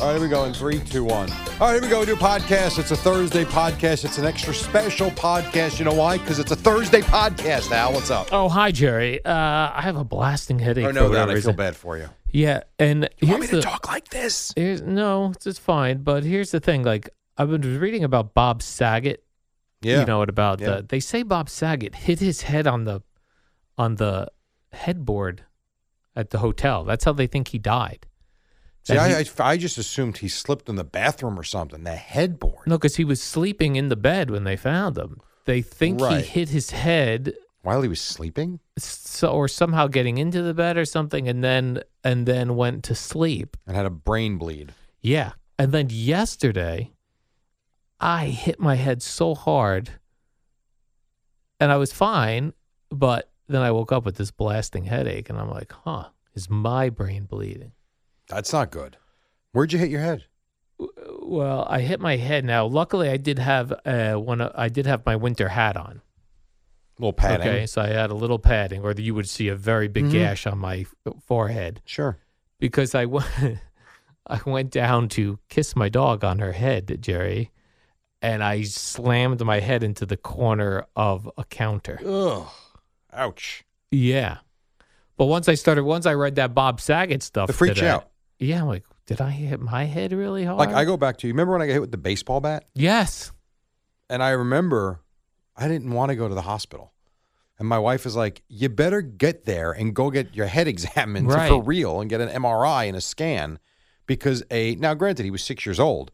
All right, here we go in three, two, one. All right, here we go. We do a podcast. It's a Thursday podcast. It's an extra special podcast. You know why? Because it's a Thursday podcast. Al, what's up? Oh, hi, Jerry. Uh, I have a blasting headache. I for know that. whatever I feel reason. bad for you. Yeah, and You here's want me the to talk like this? here's, no, it's it's fine. But here's the thing: like I've been reading about Bob Saget. Yeah. You know what about Yeah. the? They say Bob Saget hit his head on the on the headboard at the hotel. That's how they think he died. See, And I, he- I, I just assumed he slipped in the bathroom or something. The headboard. No, because he was sleeping in the bed when they found him. They think Right. he hit his head, While he was sleeping? so, or somehow getting into the bed or something, and then and then went to sleep. And had a brain bleed. Yeah, and then yesterday, I hit my head so hard, and I was fine, but then I woke up with this blasting headache, and I'm like, huh, is my brain bleeding? That's not good. Where'd you hit your head? Well, I hit my head. Now, luckily, I did have uh, one. of- I did have my winter hat on. little eh? padding. Okay, so I had a little padding, or you would see a very big gash on my f- forehead Sure. because I went, I went down to kiss my dog on her head, Jerry, and I slammed my head into the corner of a counter. Ugh. Ouch. Yeah, but once I started, once I read that Bob Saget stuff, The freak today- you out. Yeah, I'm like, did I hit my head really hard? Like, I go back to you. Remember when I got hit with the baseball bat? yes, And I remember I didn't want to go to the hospital. And my wife is like, you better get there and go get your head examined for Right. real and get an MRI and a scan because a, now granted, he was six years old,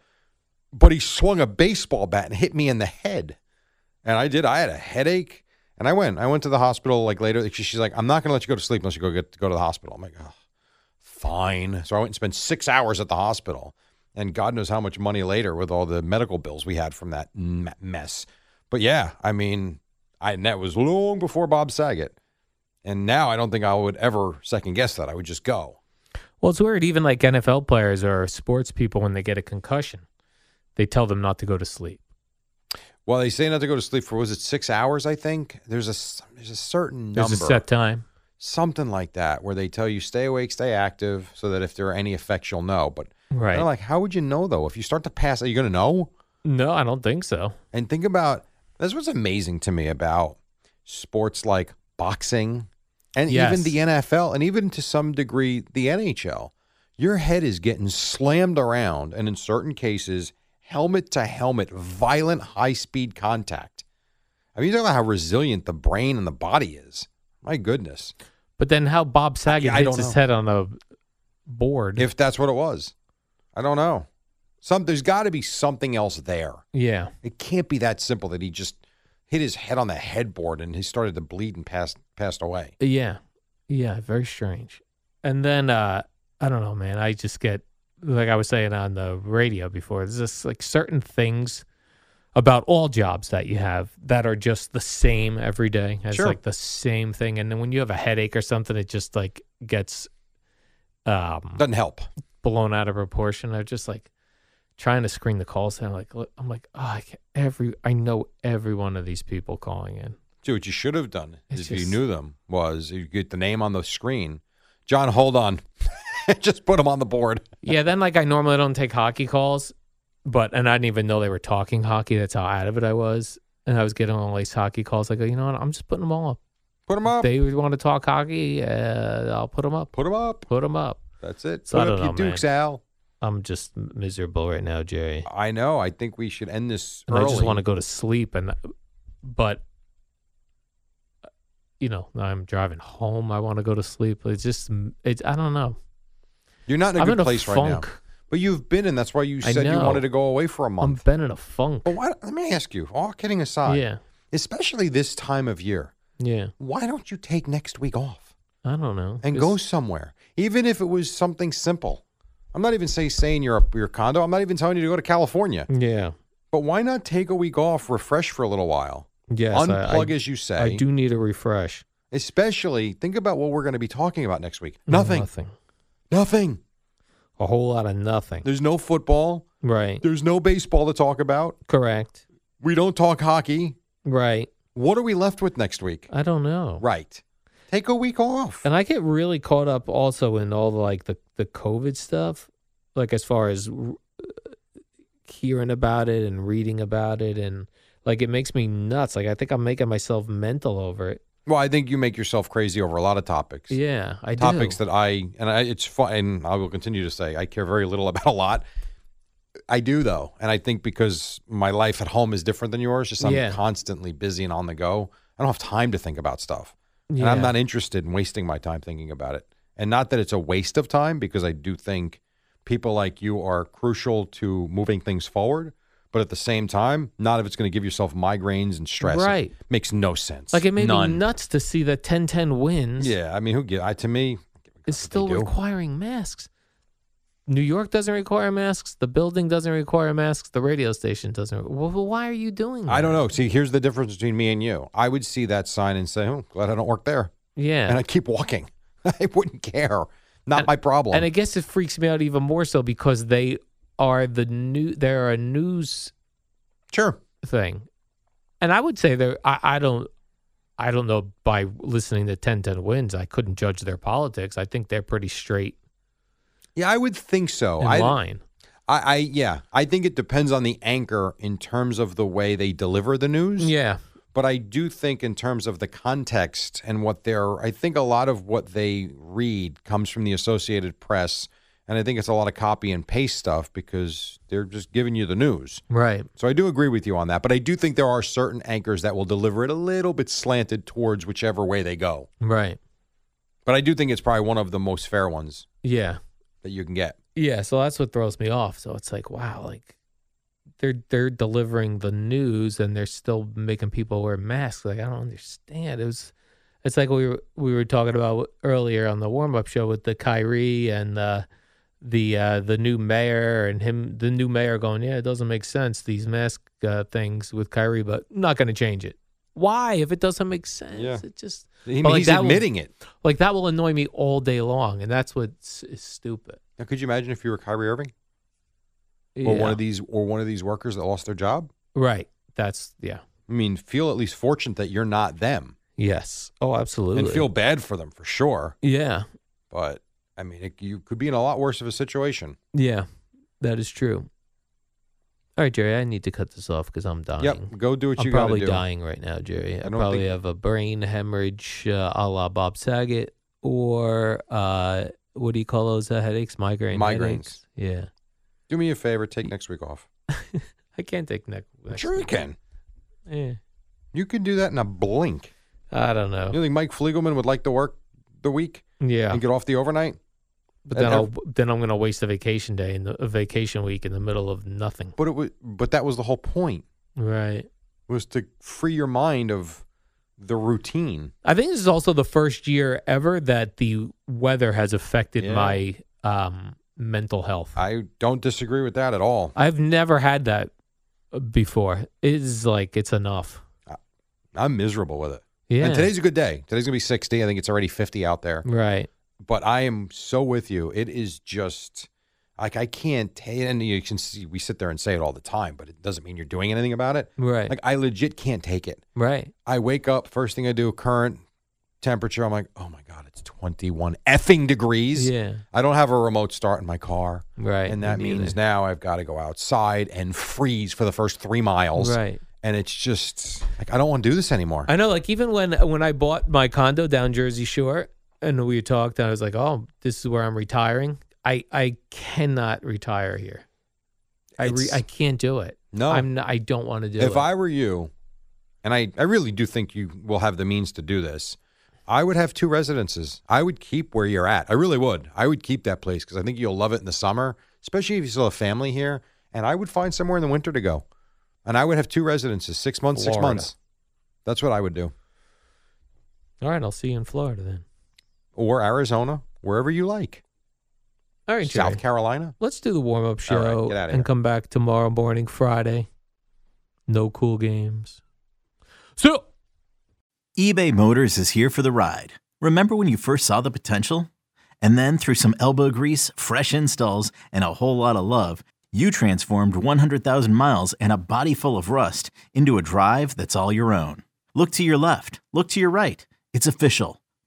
but he swung a baseball bat and hit me in the head. And I did. I had a headache and I went. I went to the hospital like later. She- She's like, I'm not going to let you go to sleep unless you go get go to the hospital. I'm like, oh, fine. So I went and spent six hours at the hospital, and God knows how much money later with all the medical bills we had from that m- mess. But yeah, I mean, I and that was long before Bob Saget, and now I don't think I would ever second guess that. I would just go. Well, it's weird. Even like NFL players or sports people, when they get a concussion, they tell them not to go to sleep. Well, they say not to go to sleep for was it six hours? I think there's a s- there's a certain There's number. a set time. something like that, where they tell you stay awake, stay active, so that if there are any effects, you'll know. But Right. they're like, how would you know though? If you start to pass, are you going to know? No, I don't think so. And think about that's what's amazing to me about sports like boxing and Yes. even the NFL and even to some degree the NHL. Your head is getting slammed around, and in certain cases, helmet to helmet, violent, high speed contact. I mean, you talk about how resilient the brain and the body is. My goodness. But then how Bob Saget I hits don't his know. head on a board. If that's what it was, I don't know. Some there's got to be something else there. yeah. It can't be that simple that he just hit his head on the headboard and he started to bleed and passed passed away. Yeah. Yeah. Very strange. And then uh I don't know, man. I just get like I was saying on the radio before, there's just like certain things about all jobs that you have that are just the same every day. It's Sure. like the same thing. And then when you have a headache or something, it just like gets um Doesn't help. blown out of proportion. I'm just like trying to screen the call center. Like look- I'm like, oh, I can, every I know every one of these people calling in. See what you should have done is It's if you just- knew them was you get the name on the screen. John, hold on. just put him on the board. Yeah, then like I normally don't take hockey calls, but and I didn't even know they were talking hockey. That's how out of it I was. and I was getting all these hockey calls. I go, you know what? I'm just putting them all up. Put them up. They want to talk hockey. Uh, I'll put them up. Put them up. Put them up. That's it. So I Put don't up know, your man. dukes, Al. I'm just miserable right now, Jerry. I know. I think we should end this And early. I just want to go to sleep. And but you know, I'm driving home. I want to go to sleep. It's just, it's I don't know. You're not in a I'm good in a place right funk. now. But you've been, and that's why you I said you know. wanted to go away for a I'm month. been in a funk. but why, let me ask you, all kidding aside, Yeah, especially this time of year, yeah. why don't you take next week off I don't know. and Just- go somewhere, even if it was something simple? I'm not even say stay in your your condo. I'm not even telling you to go to California. Yeah, But why not take a week off, refresh for a little while, yes. I- unplug I, as you say. I do need a refresh. Especially think about what we're going to be talking about next week. No, Nothing. nothing. Nothing. A whole lot of nothing. There's no football. Right. There's no baseball to talk about. Correct. We don't talk hockey. Right. What are we left with next week? I don't know. Right. Take a week off. And I get really caught up also in all the like the the COVID stuff, like as far as uh, hearing about it and reading about it, and like it makes me nuts. Like I think I'm making myself mental over it. Well, I think you make yourself crazy over a lot of topics. Yeah, I topics do. that I and I, it's fun. And I will continue to say I care very little about a lot. I do though, and I think because my life at home is different than yours, just I'm Yeah. constantly busy and on the go. I don't have time to think about stuff, yeah. and I'm not interested in wasting my time thinking about it. And not that it's a waste of time, because I do think people like you are crucial to moving things forward. But at the same time, not if it's going to give yourself migraines and stress. It Right. makes no sense. like it made me None. nuts to see that 10-10 wins Yeah, I mean, who get? I to me, is still do. requiring masks. New York doesn't require masks. The building doesn't require masks. The radio station doesn't. Well, why are you doing that? I don't know. See, here's the difference between me and you. I would see that sign and say, "Oh, glad I don't work there," Yeah. and I'd keep walking. I wouldn't care. Not my problem. And I guess it freaks me out even more so because they are the new. They're a news sure, thing, and I would say they're. I, I don't. I don't know. By listening to Ten Ten Wins, I couldn't judge their politics. I think they're pretty straight yeah, I would think so. in Oh, I, line. I, I, yeah, I think it depends on the anchor in terms of the way they deliver the news. Yeah. but I do think in terms of the context and what they're. I think a lot of what they read comes from the Associated Press, and I think it's a lot of copy and paste stuff because they're just giving you the news. Right. So I do agree with you on that, but I do think there are certain anchors that will deliver it a little bit slanted towards whichever way they go. Right. But I do think it's probably one of the most fair ones Yeah. that you can get. Yeah. So that's what throws me off. So it's like, wow, like. They're, they're delivering the news and they're still making people wear masks. Like I don't understand. It was It's like we were, we were talking about earlier on the warm up show with the Kyrie and the the uh, the new mayor and him the new mayor going yeah it doesn't make sense these mask uh, things with Kyrie but not going to change it why if it doesn't make sense Yeah. it just I mean, But, like, he's that will- admitting it. like that will annoy me all day long and that's what is stupid Now, could you imagine if you were Kyrie Irving or one Yeah. of these or one of these workers that lost their job? right that's yeah I mean, feel at least fortunate that you're not them, yes oh absolutely and feel bad for them for sure. yeah But I mean, it, you could be in a lot worse of a situation. yeah that is true all right Jerry I need to cut this off because I'm dying Yep, go do what I'm you got to probably do. dying right now, Jerry. I, don't probably think- have a brain hemorrhage uh, a la Bob Saget or uh, what do you call those uh, headaches? Migraine. Migraines. headaches? Yeah. Do me a favor, take next week off. I can't take neck. neck- Sure, you can. Yeah. You can do that in a blink. I don't know. You think Mike Fliegelman would like to work the week Yeah. and get off the overnight? But then, and I'll, then I'm going to waste a vacation day in the, a vacation week in the middle of nothing. But it was, but that was the whole point Right. was to free your mind of the routine. I think this is also the first year ever that the weather has affected Yeah. my um, mental health. I don't disagree with that at all. I've never had that uh, before. It is like it's enough. I'm miserable with it. Yeah. And today's a good day. Today's gonna be 60. I think it's already 50 out there. right. But I am so with you. It is just like I can't. ta- And you can see we sit there and say it all the time, but it doesn't mean you're doing anything about it. Right. Like I legit can't take it. right. I wake up first thing I do. Current temperature. I'm like, oh my god, it's 21 effing degrees. Yeah. I don't have a remote start in my car. Right. Mm-hmm. and that me neither. means now I've got to go outside and freeze for the first three miles Right. and it's just like I don't want to do this anymore. I know, like even when when I bought my condo down Jersey Shore, and we talked, and I was like, "Oh, this is where I'm retiring." I I cannot retire here. I re, It's- I can't do it. No. I'm not, I don't want to do it. if I were you, and I, I really do think you will have the means to do this, I would have two residences. I would keep where you're at. I really would. I would keep that place because I think you'll love it in the summer, especially if you still have family here. And I would find somewhere in the winter to go. And I would have two residences, six months, six Florida. months. That's what I would do. all right, I'll see you in Florida then. Or Arizona, wherever you like. All right, Jerry. South Carolina. Let's do the warm up All right, show get outta here. and come back tomorrow morning, Friday. No cool games. So eBay Motors is here for the ride. Remember when you first saw the potential? And then through some elbow grease, fresh installs, and a whole lot of love, you transformed 100,000 miles and a body full of rust into a drive that's all your own. Look to your left, look to your right. It's official.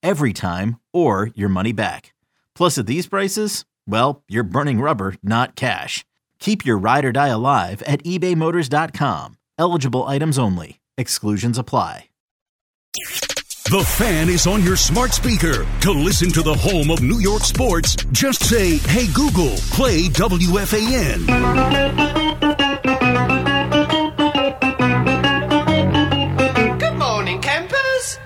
every time, or your money back. Plus, at these prices, well, you're burning rubber, not cash. Keep your ride or die alive at ebaymotors.com. Eligible items only. Exclusions apply. The fan is on your smart speaker. To listen to the home of New York sports, just say, Hey Google, play WFAN.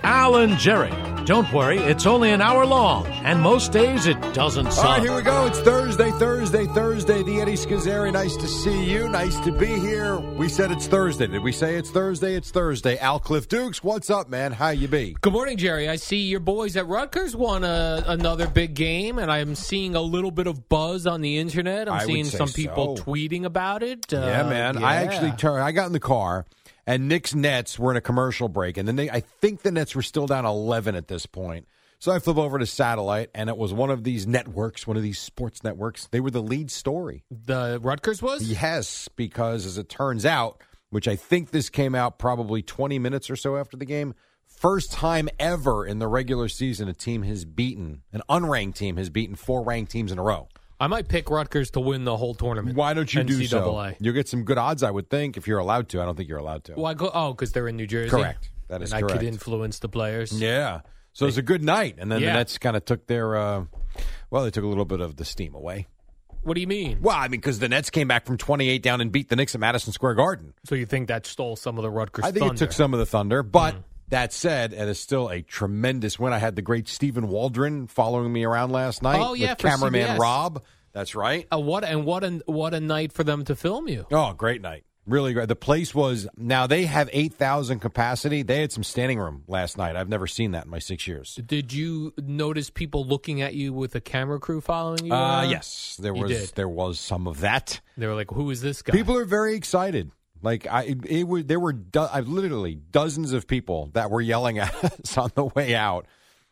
Alan Jerry. Don't worry, it's only an hour long, and most days it doesn't All right, suck. here we go. It's Thursday, Thursday, Thursday. The Eddie Schizzeri. Nice to see you. Nice to be here. We said it's Thursday. Did we say it's Thursday? It's Thursday. Al Cliff Dukes, what's up, man? How you be? Good morning, Jerry. I see your boys at Rutgers won a, another big game, and I'm seeing a little bit of buzz on the internet. I'm I would seeing say some people so. tweeting about it. Uh, yeah, man. I actually yeah. turned. I got in the car, and Knicks Nets were in a commercial break, and then they. I think the Nets were still down eleven at this point. So I flip over to satellite, and it was one of these networks, one of these sports networks. They were the lead story. the Rutgers was. Yes, because as it turns out, which I think this came out probably 20 minutes or so after the game, first time ever in the regular season a team has beaten, an unranked team has beaten four ranked teams in a row. I might pick Rutgers to win the whole tournament. Why don't you do so? NCAA. You'll get some good odds, I would think, if you're allowed to. I don't think you're allowed to. Well, I go, oh, because they're in New Jersey. Correct. That is and I correct. could influence the players. Yeah. So it was a good night. And then Yeah. the Nets kind of took their, uh, well, they took a little bit of the steam away. What do you mean? Well, I mean, because the Nets came back from 28 down and beat the Knicks at Madison Square Garden. So you think that stole some of the Rutgers? I think it thunder. Mm. took some of the thunder, but that said, it is still a tremendous win. I had the great Stephen Waldron following me around last night Oh, yeah, with for cameraman CBS. Rob. That's right. Uh, what and what a what a night for them to film you. Oh, great night. Really great. The place was now they have 8,000 capacity. They had some standing room last night. I've never seen that in my 6 years. Did you notice people looking at you with a camera crew following you? Uh, around? yes, there you was did. there was some of that. They were like, "Who is this guy?" People are very excited. Like I, it, it was, there were do, I literally dozens of people that were yelling at us on the way out.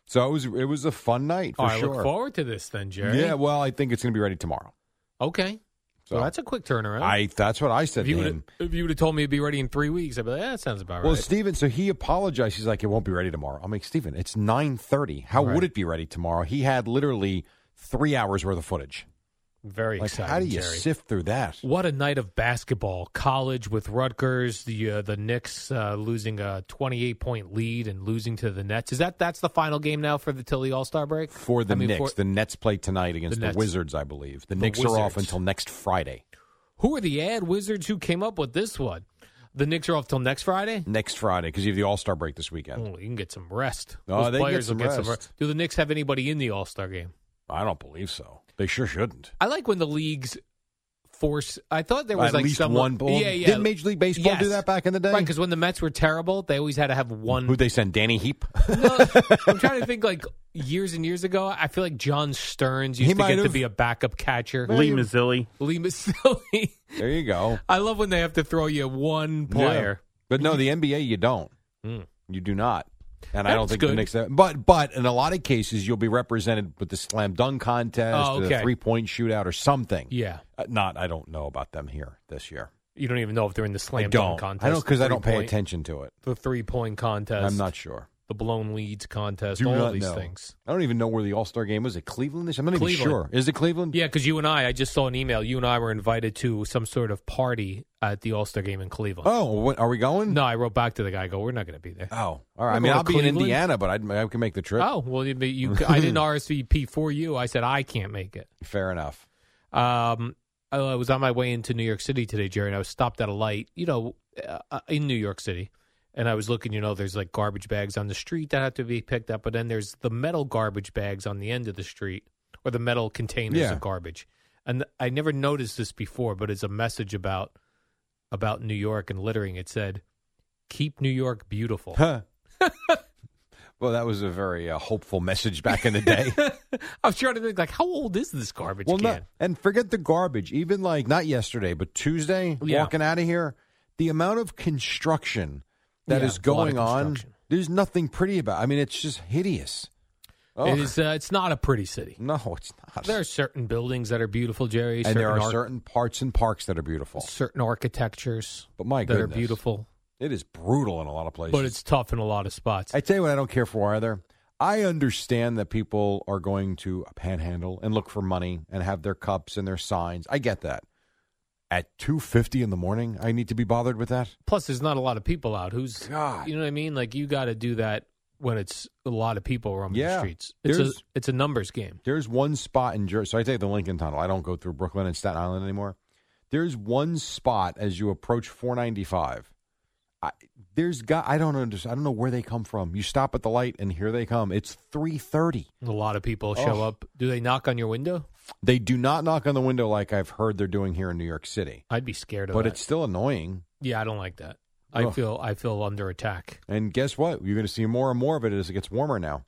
So it was it was a fun night for Oh, I sure. look forward to this then, Jerry. Yeah, well, I think it's going to be ready tomorrow. Okay. So So- that's a quick turnaround. I that's what I said if to you would him. if you would have told me it'd be ready in three weeks, I'd be like, "Yeah, that sounds about Well, right. Steven, so he apologized. He's like, it won't be ready tomorrow. I'm like, Steven, it's 9.30. How Right. would it be ready tomorrow? He had literally three hours worth of footage. Very Like, exciting. how do you Jerry. sift through that? What a night of basketball! College with Rutgers, the uh, the Knicks uh, losing a twenty eight point lead and losing to the Nets. Is that that's the final game now for the Tilly All Star break For the I mean, Knicks. for- the Nets play tonight against the, Nets. Wizards, I believe. The, The Knicks are off Wizards. until next Friday. who are the ad wizards who came up with this one? The Knicks are off till next Friday. Next Friday, because you have the All-Star break this weekend. Oh, you can get some rest. Oh, Those they get players will some get some rest. Do the Knicks have anybody in the All Star game? I don't believe so. They sure shouldn't. I like when the leagues force. I thought there was At like least some one. ball. Yeah, yeah. Did Major League Baseball do Yes. that back in the day? Right, because when the Mets were terrible, they always had to have one Who'd they send, Danny Heap? No, I'm trying to think like years and years ago. I feel like John Stearns He used to might get to have- be a backup catcher. Lee Mazzilli. Lee Mazzilli. there you go. I love when they have to throw you one Yeah. player. But no, the NBA you don't. Mm. You do not. And I don't That's think the good. Knicks. But but in a lot of cases, you'll be represented with the slam dunk contest, Oh, or the okay. three point shootout, or something. Yeah. Uh, Not. I don't know about them here this year. You don't even know if they're in the I slam don't. dunk contest. I don't because I don't pay three-point- attention to it. The three point contest. I'm not sure. The blown leads contest. Do all not these know. things. I don't even know where the All Star game was. Is it Cleveland? this- I'm not even Cleveland. sure. Is it Cleveland? Yeah, because you and I, I just saw an email. You and I were invited to some sort of party at the All Star game in Cleveland. Oh, what, are we going? No, I wrote back to the guy. I go, we're not going to be there. Oh, all right. We're I mean, going to I'll be in Cleveland. Indiana, but I'd, I can make the trip. Oh well, you, you I didn't RSVP for you. I said I can't make it. Fair enough. Um, I I was on my way into New York City today, Jerry, and I was stopped at a light, you know, uh, uh, in New York City. And I was looking, you know, there's like garbage bags on the street that have to be picked up, but then there's the metal garbage bags on the end of the street or the metal containers Yeah. of garbage. And I never noticed this before, but it's a message about about New York and littering. It said, "Keep New York beautiful." Huh. well, that was a very uh, hopeful message back in the day. I was trying to think, like, how old is this garbage well, can? no, and forget the garbage. Even like not yesterday, but Tuesday, Yeah. walking out of here, the amount of construction that Yeah, is it's a lot of going on. construction. There's nothing pretty about. I mean, it's just hideous. Oh It is. Uh, it's not a pretty city. no, it's not. There are certain buildings that are beautiful, Jerry. and there are arch- certain parts and parks that are beautiful, certain architectures but my that goodness, are beautiful, It is brutal in a lot of places. but it's tough in a lot of spots. I tell you what, I don't care for either. I understand that people are going to panhandle and look for money and have their cups and their signs. I get that. At two fifty in the morning, I need to be bothered with that. Plus, there's not a lot of people out. Who's God. you know what I mean? Like you got to do that when it's a lot of people roaming Yeah. the streets. It's a There's- it's a numbers game. There's one spot in Jersey. So I take the Lincoln Tunnel. I don't go through Brooklyn and Staten Island anymore. There's one spot as you approach 495. I, there's guy. I don't understand. I don't know where they come from. You stop at the light and here they come. It's 3:30. A lot of people show Oh. up. Do they knock on your window? They do not knock on the window like I've heard they're doing here in New York City. I'd be scared of But that. it's still annoying. yeah, I don't like that. I Ugh. feel I feel under attack. And guess what? You're going to see more and more of it as it gets warmer now.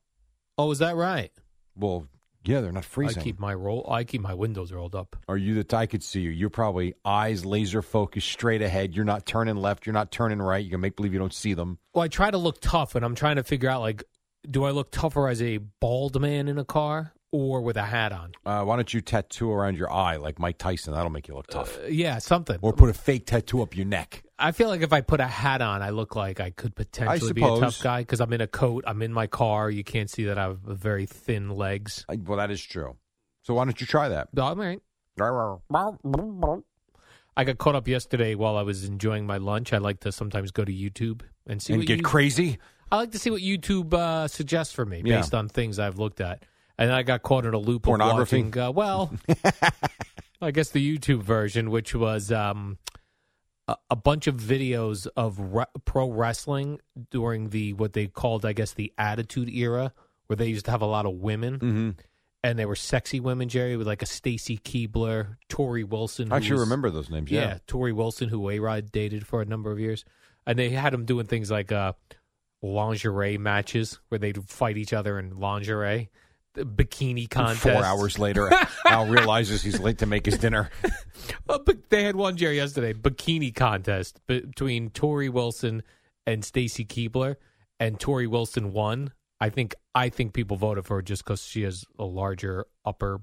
Oh, is that right? Well, yeah, they're not freezing. I keep my roll. I keep my windows rolled up. Are you the I could see you? You're probably eyes laser focused straight ahead. You're not turning left. You're not turning right. You can make believe you don't see them. Well, I try to look tough, and I'm trying to figure out like, do I look tougher as a bald man in a car or with a hat on? Uh, why don't you tattoo around your eye like Mike Tyson? That'll make you look tough. Uh, yeah, something. or put a fake tattoo up your neck. I feel like if I put a hat on, I look like I could potentially be a suppose. tough guy because I'm in a coat, I'm in my car. You can't see that I have very thin legs. Uh, well, that is true. So why don't you try that? But I'm all right. Well, I got caught up yesterday while I was enjoying my lunch. I like to sometimes go to YouTube and see and what get you- crazy. I like to see what YouTube uh, suggests for me Yeah. based on things I've looked at. And I got caught in a loop Pornography? of watching. Uh, well, I guess the YouTube version, which was um, a, a bunch of videos of re- pro wrestling during the what they called, I guess, the Attitude Era, where they used to have a lot of women, Mm-hmm. and they were sexy women, Jerry, with like a Stacy Keebler, Tori Wilson. who I actually was- remember those names. yeah, Yeah. Tori Wilson, who A Rod dated for a number of years, and they had him doing things like uh, lingerie matches where they'd fight each other in lingerie, the bikini And contest. Four hours later, Al realizes he's late to make his dinner. Uh, but they had one Jerry yesterday bikini contest be- between Tori Wilson and Stacy Keebler, and Tori Wilson won. I think I think people voted for her just because she has a larger upper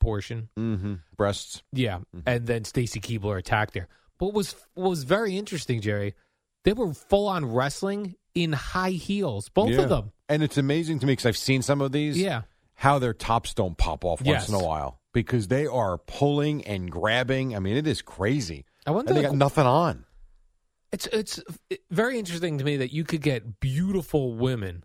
portion. Mm-hmm. Breasts. Yeah, Mm-hmm. and then Stacy Keebler attacked her. But what was what was very interesting, Jerry, they were full on wrestling in high heels, both Yeah. of them. And it's amazing to me because I've seen some of these. Yeah, How their tops don't pop off once Yes. in a while because they are pulling and grabbing. I mean, it is crazy. I And wonder. they like, got nothing on. it's it's very interesting to me that you could get beautiful women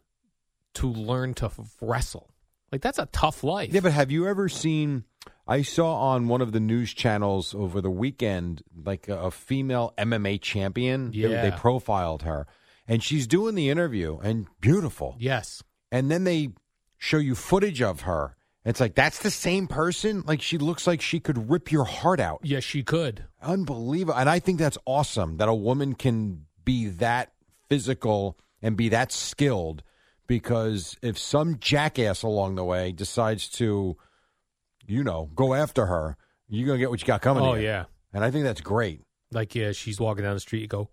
to learn to f- wrestle. Like that's a tough life. Yeah, but have you ever seen? I saw on one of the news channels over the weekend, like a, a female MMA champion. They- They, Yeah. profiled her, and she's doing the interview and beautiful. yes, And then they show you footage of her. It's like that's the same person. Like she looks like she could rip your heart out. yes, she could. Unbelievable. And I think that's awesome that a woman can be that physical and be that skilled because if some jackass along the way decides to, you know, go after her, you're going to get what you got coming. to oh you. yeah, And I think that's great. like yeah, she's walking down the street. You go,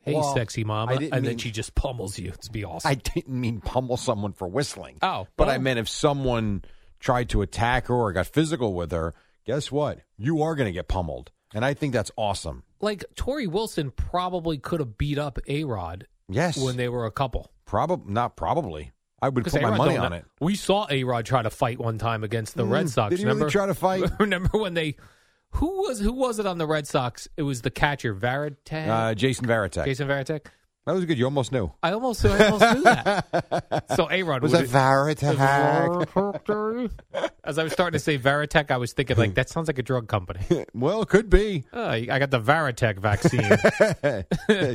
Hey, Well, sexy mama. I And didn't then mean- she just pummels you. It'd be awesome. I didn't mean pummel someone for whistling. Oh, but well. I meant if someone tried to attack her or got physical with her, guess what? You are going to get pummeled, and I think that's awesome. like, Tori Wilson probably could have beat up A Rod Yes, when they were a couple. probably not probably. I would 'Cause put my A-Rod money don't on know- it. We saw A Rod try to fight one time against the Red Mm, Sox. did he really remember? try to fight? remember when they? Who was who was it on the Red Sox? It was the catcher Varitek, Uh, Jason Varitek. Eh? Jason Varitek. That was good. You almost knew. I almost, I almost knew that. So A Rod Was that Varitek? As I was starting to say Varitek, I was thinking like that sounds like a drug company. well, could be. Oh, I got the Varitek vaccine.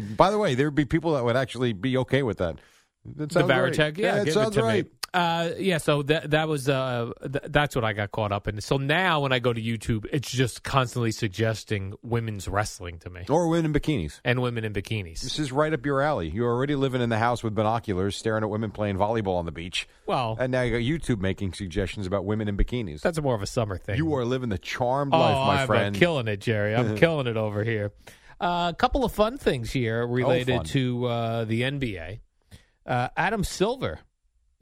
By the way, there would be people that would actually be okay with that. That the sounds right. Veritek. Yeah, that give sounds it to right. me. Uh, yeah, so that that was uh, th- that's what I got caught up in. So now when I go to YouTube, it's just constantly suggesting women's wrestling to me Or women in bikinis. and women in bikinis. This is right up your alley. You're already living in the house with binoculars, staring at women playing volleyball on the beach, Well, and now you got YouTube making suggestions about women in bikinis. that's more of a summer thing. You are living the charmed oh, life, my I'm friend. uh, killing it, Jerry. I'm killing it over here. A couple of fun things here related Oh, fun. to uh, the NBA. Uh, Adam Silver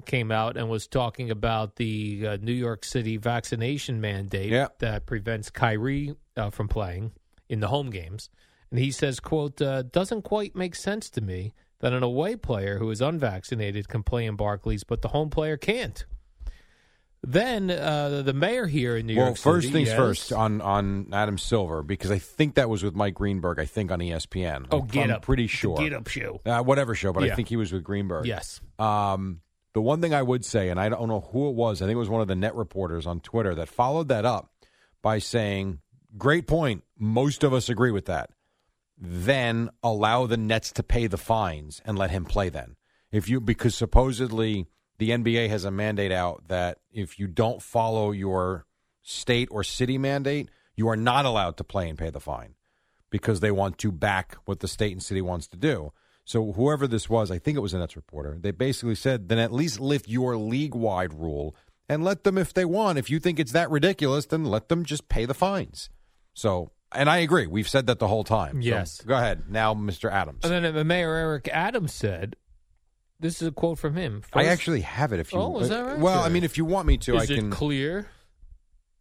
came out and was talking about the uh, New York City vaccination mandate Yeah. that prevents Kyrie uh, from playing in the home games. And he says, quote, uh, doesn't quite make sense to me that an away player who is unvaccinated can play in Barclays, but the home player can't. Then uh, the mayor here in New well, York first City, things yes. first on on Adam Silver because I think that was with Mike Greenberg. I think on E ESPN. Oh, I'm, get I'm up. Pretty It's a sure. Get up show. Uh, whatever show, but Yeah. I think he was with Greenberg. Yes. Um, the one thing I would say, and I don't know who it was, I think it was one of the net reporters on Twitter that followed that up by saying, Great point. Most of us agree with that. Then allow the Nets to pay the fines and let him play then. If you because supposedly the NBA has a mandate out that if you don't follow your state or city mandate, you are not allowed to play and pay the fine because they want to back what the state and city wants to do. So whoever this was, I think it was a Nets reporter, they basically said, then at least lift your league-wide rule and let them, if they want, if you think it's that ridiculous, then let them just pay the fines. So, and I agree. We've said that the whole time. So Yes. go ahead. Now, Mr. Adams. And then uh, Mayor Eric Adams said, "This is a quote from him." First, I actually have it if you Oh, is that right? Well, I mean, if you want me to, is I it can. clear?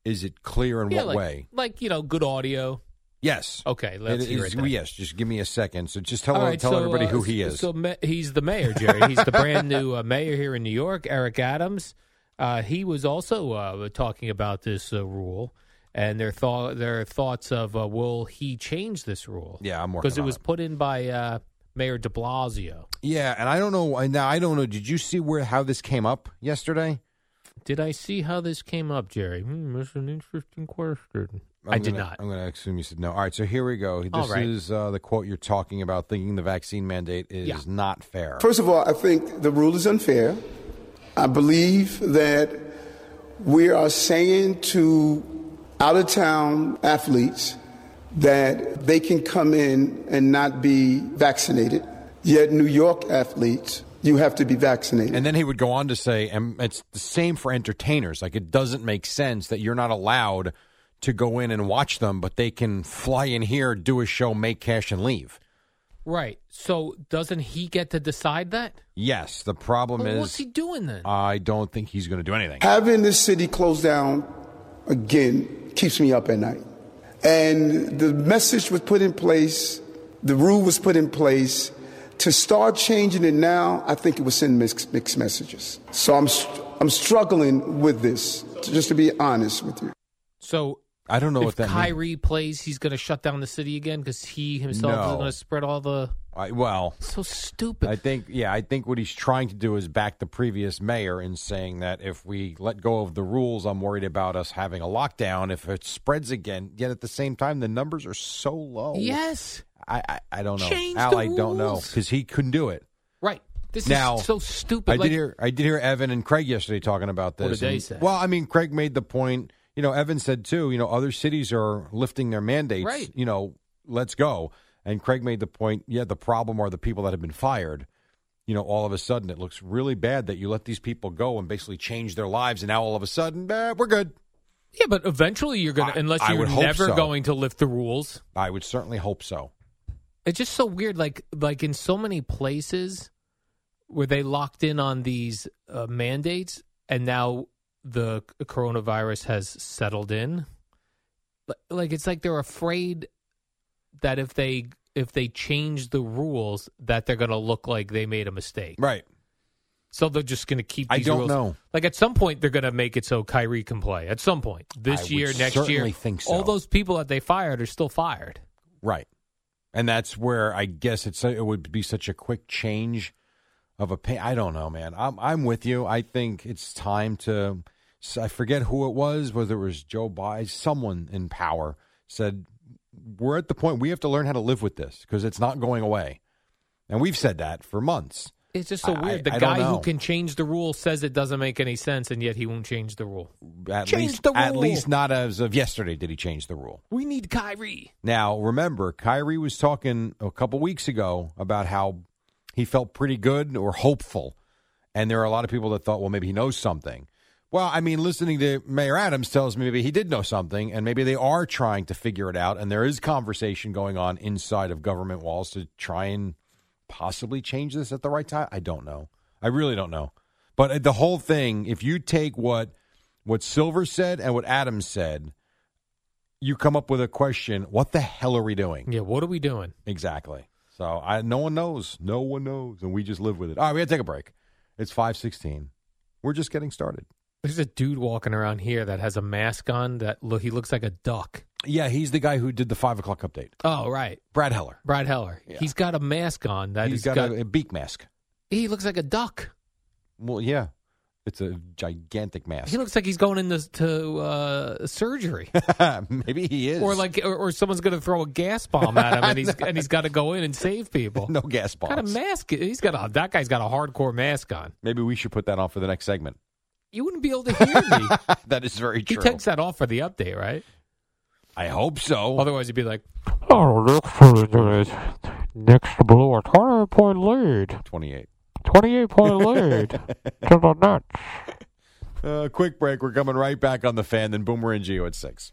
is it clear in yeah, what like, way? Like you know, good audio. Yes. Okay, let's It hear is- it. then. yes, just give me a second. So just tell, All right, tell so, everybody uh, who he is. So ma- he's the mayor, Jerry. He's the brand new uh, mayor here in New York, Eric Adams. Uh, he was also uh, talking about this uh, rule and their thought, their thoughts of uh, will he change this rule? Yeah, I'm working because it on was it. put in by uh, Mayor De Blasio. Yeah, and I don't know. I- Now I don't know. Did you see where how this came up yesterday? Did I see how this came up, Jerry? Hmm, that's an interesting question. I I'm did gonna- not. I'm going to assume you said no. All right, so here we go. All This right. is uh, the quote you're talking about. Thinking the vaccine mandate is Yeah. not fair. First of all, I think the rule is unfair. I believe that we are saying to out of town athletes that they can come in and not be vaccinated, yet, New York athletes, you have to be vaccinated. and then he would go on to say, and it's the same for entertainers. Like it doesn't make sense that you're not allowed to go in and watch them, but they can fly in here, do a show, make cash, and leave. Right. So doesn't he get to decide that? Yes, the problem Well, is what's he doing then? I don't think he's going to do anything. Having this city closed down again keeps me up at night. And the message was put in place, the rule was put in place. To start changing it now, I think it would send mixed, mixed messages. So I'm, str- I'm struggling with this, t- just to be honest with you. so I don't know if what that means. Kyrie plays, he's going to shut down the city again because he himself is No. going to spread all the. I, well, So stupid. I think, yeah, I think what he's trying to do is back the previous mayor in saying that if we let go of the rules, I'm worried about us having a lockdown if it spreads again. Yet at the same time, the numbers are so low. yes. I, I, I don't know. Change Al, the I don't know rules. because he couldn't do it. Right. This Now, is so stupid. I like, did hear I did hear Evan and Craig yesterday talking about this. What did they and- say? Well, I mean, Craig made the point. You know, Evan said too. You know, other cities are lifting their mandates. Right. You know, let's go. And Craig made the point. Yeah, the problem are the people that have been fired. You know, all of a sudden it looks really bad that you let these people go and basically change their lives, and now all of a sudden eh, we're good. Yeah, but eventually you're going I- to, unless I you're would hope never so. going to lift the rules. I would certainly hope so. It's just so weird. Like like in so many places where they locked in on these uh, mandates, and now the c- coronavirus has settled in. Li- Like it's like they're afraid that if they if they change the rules, that they're going to look like they made a mistake. Right. So they're just going to keep. I These don't rules. know. Like at some point, they're going to make it so Kyrie can play. At some point, I this would year, next year, certainly think so. all those people that they fired are still fired. Right. And that's where I guess it's it would be such a quick change of a pain. I don't know, man. I'm I'm with you. I think it's time to. so I forget who it was, whether it was Joe Biden, someone in power said, "We're at the point we have to learn how to live with this because it's not going away." And we've said that for months. It's just so I- weird. The I don't guy who know. can change the rule says it doesn't make any sense, and yet he won't change the rule. At Change least, the at rule. least not as of yesterday did he change the rule. We need Kyrie. Now, remember, Kyrie was talking a couple weeks ago about how he felt pretty good or hopeful. And there are a lot of people that thought, well, maybe he knows something. Well, I mean, listening to Mayor Adams tells me maybe he did know something, and maybe they are trying to figure it out. And there is conversation going on inside of government walls to try and possibly change this at the right time. I don't know. I really don't know. But the whole thing, if you take what what Silver said and what Adams said, you come up with a question what the hell are we doing Yeah, what are we doing? exactly so i no one knows no one knows and we just live with it all right we gotta take a break it's 516 we're just getting started There's a dude walking around here that has a mask on that look. He looks like a duck. yeah he's the guy who did the five o'clock update Oh right, brad heller Brad Heller. Yeah. He's got a mask on that he's he's got, got. a, a beak mask he looks like a duck. well yeah it's a gigantic mask He looks like he's going into to uh, surgery. maybe he is or like or, or someone's going to throw a gas bomb at him and he's and he's got to go in and save people. no gas bombs Got a mask. He's got a that guy's got a hardcore mask on. maybe we should put that on for the next segment You wouldn't be able to hear me. that is very he true takes that off for the update, right? i hope so Otherwise, he'd be like, Oh, look for the next blue a 20 point lead. 28 28 point lead to the Nets. uh, quick break we're coming right back on the fan then boomer and geo at six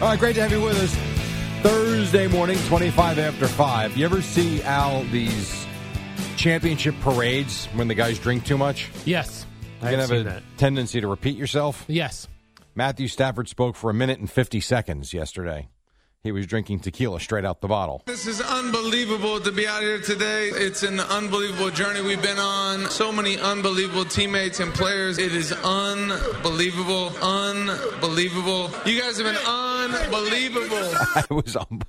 All right, great to have you with us. Thursday morning, 25 after 5. You ever see, Al, these championship parades when the guys drink too much? "Yes, You're I going to have have seen a that. tendency to repeat yourself. Yes, Matthew Stafford spoke for a minute and 50 seconds yesterday. He was drinking tequila straight out the bottle. This is unbelievable to be out here today. It's an unbelievable journey we've been on. So many unbelievable teammates and players. It is unbelievable. Unbelievable. You guys have been unbelievable. I was on.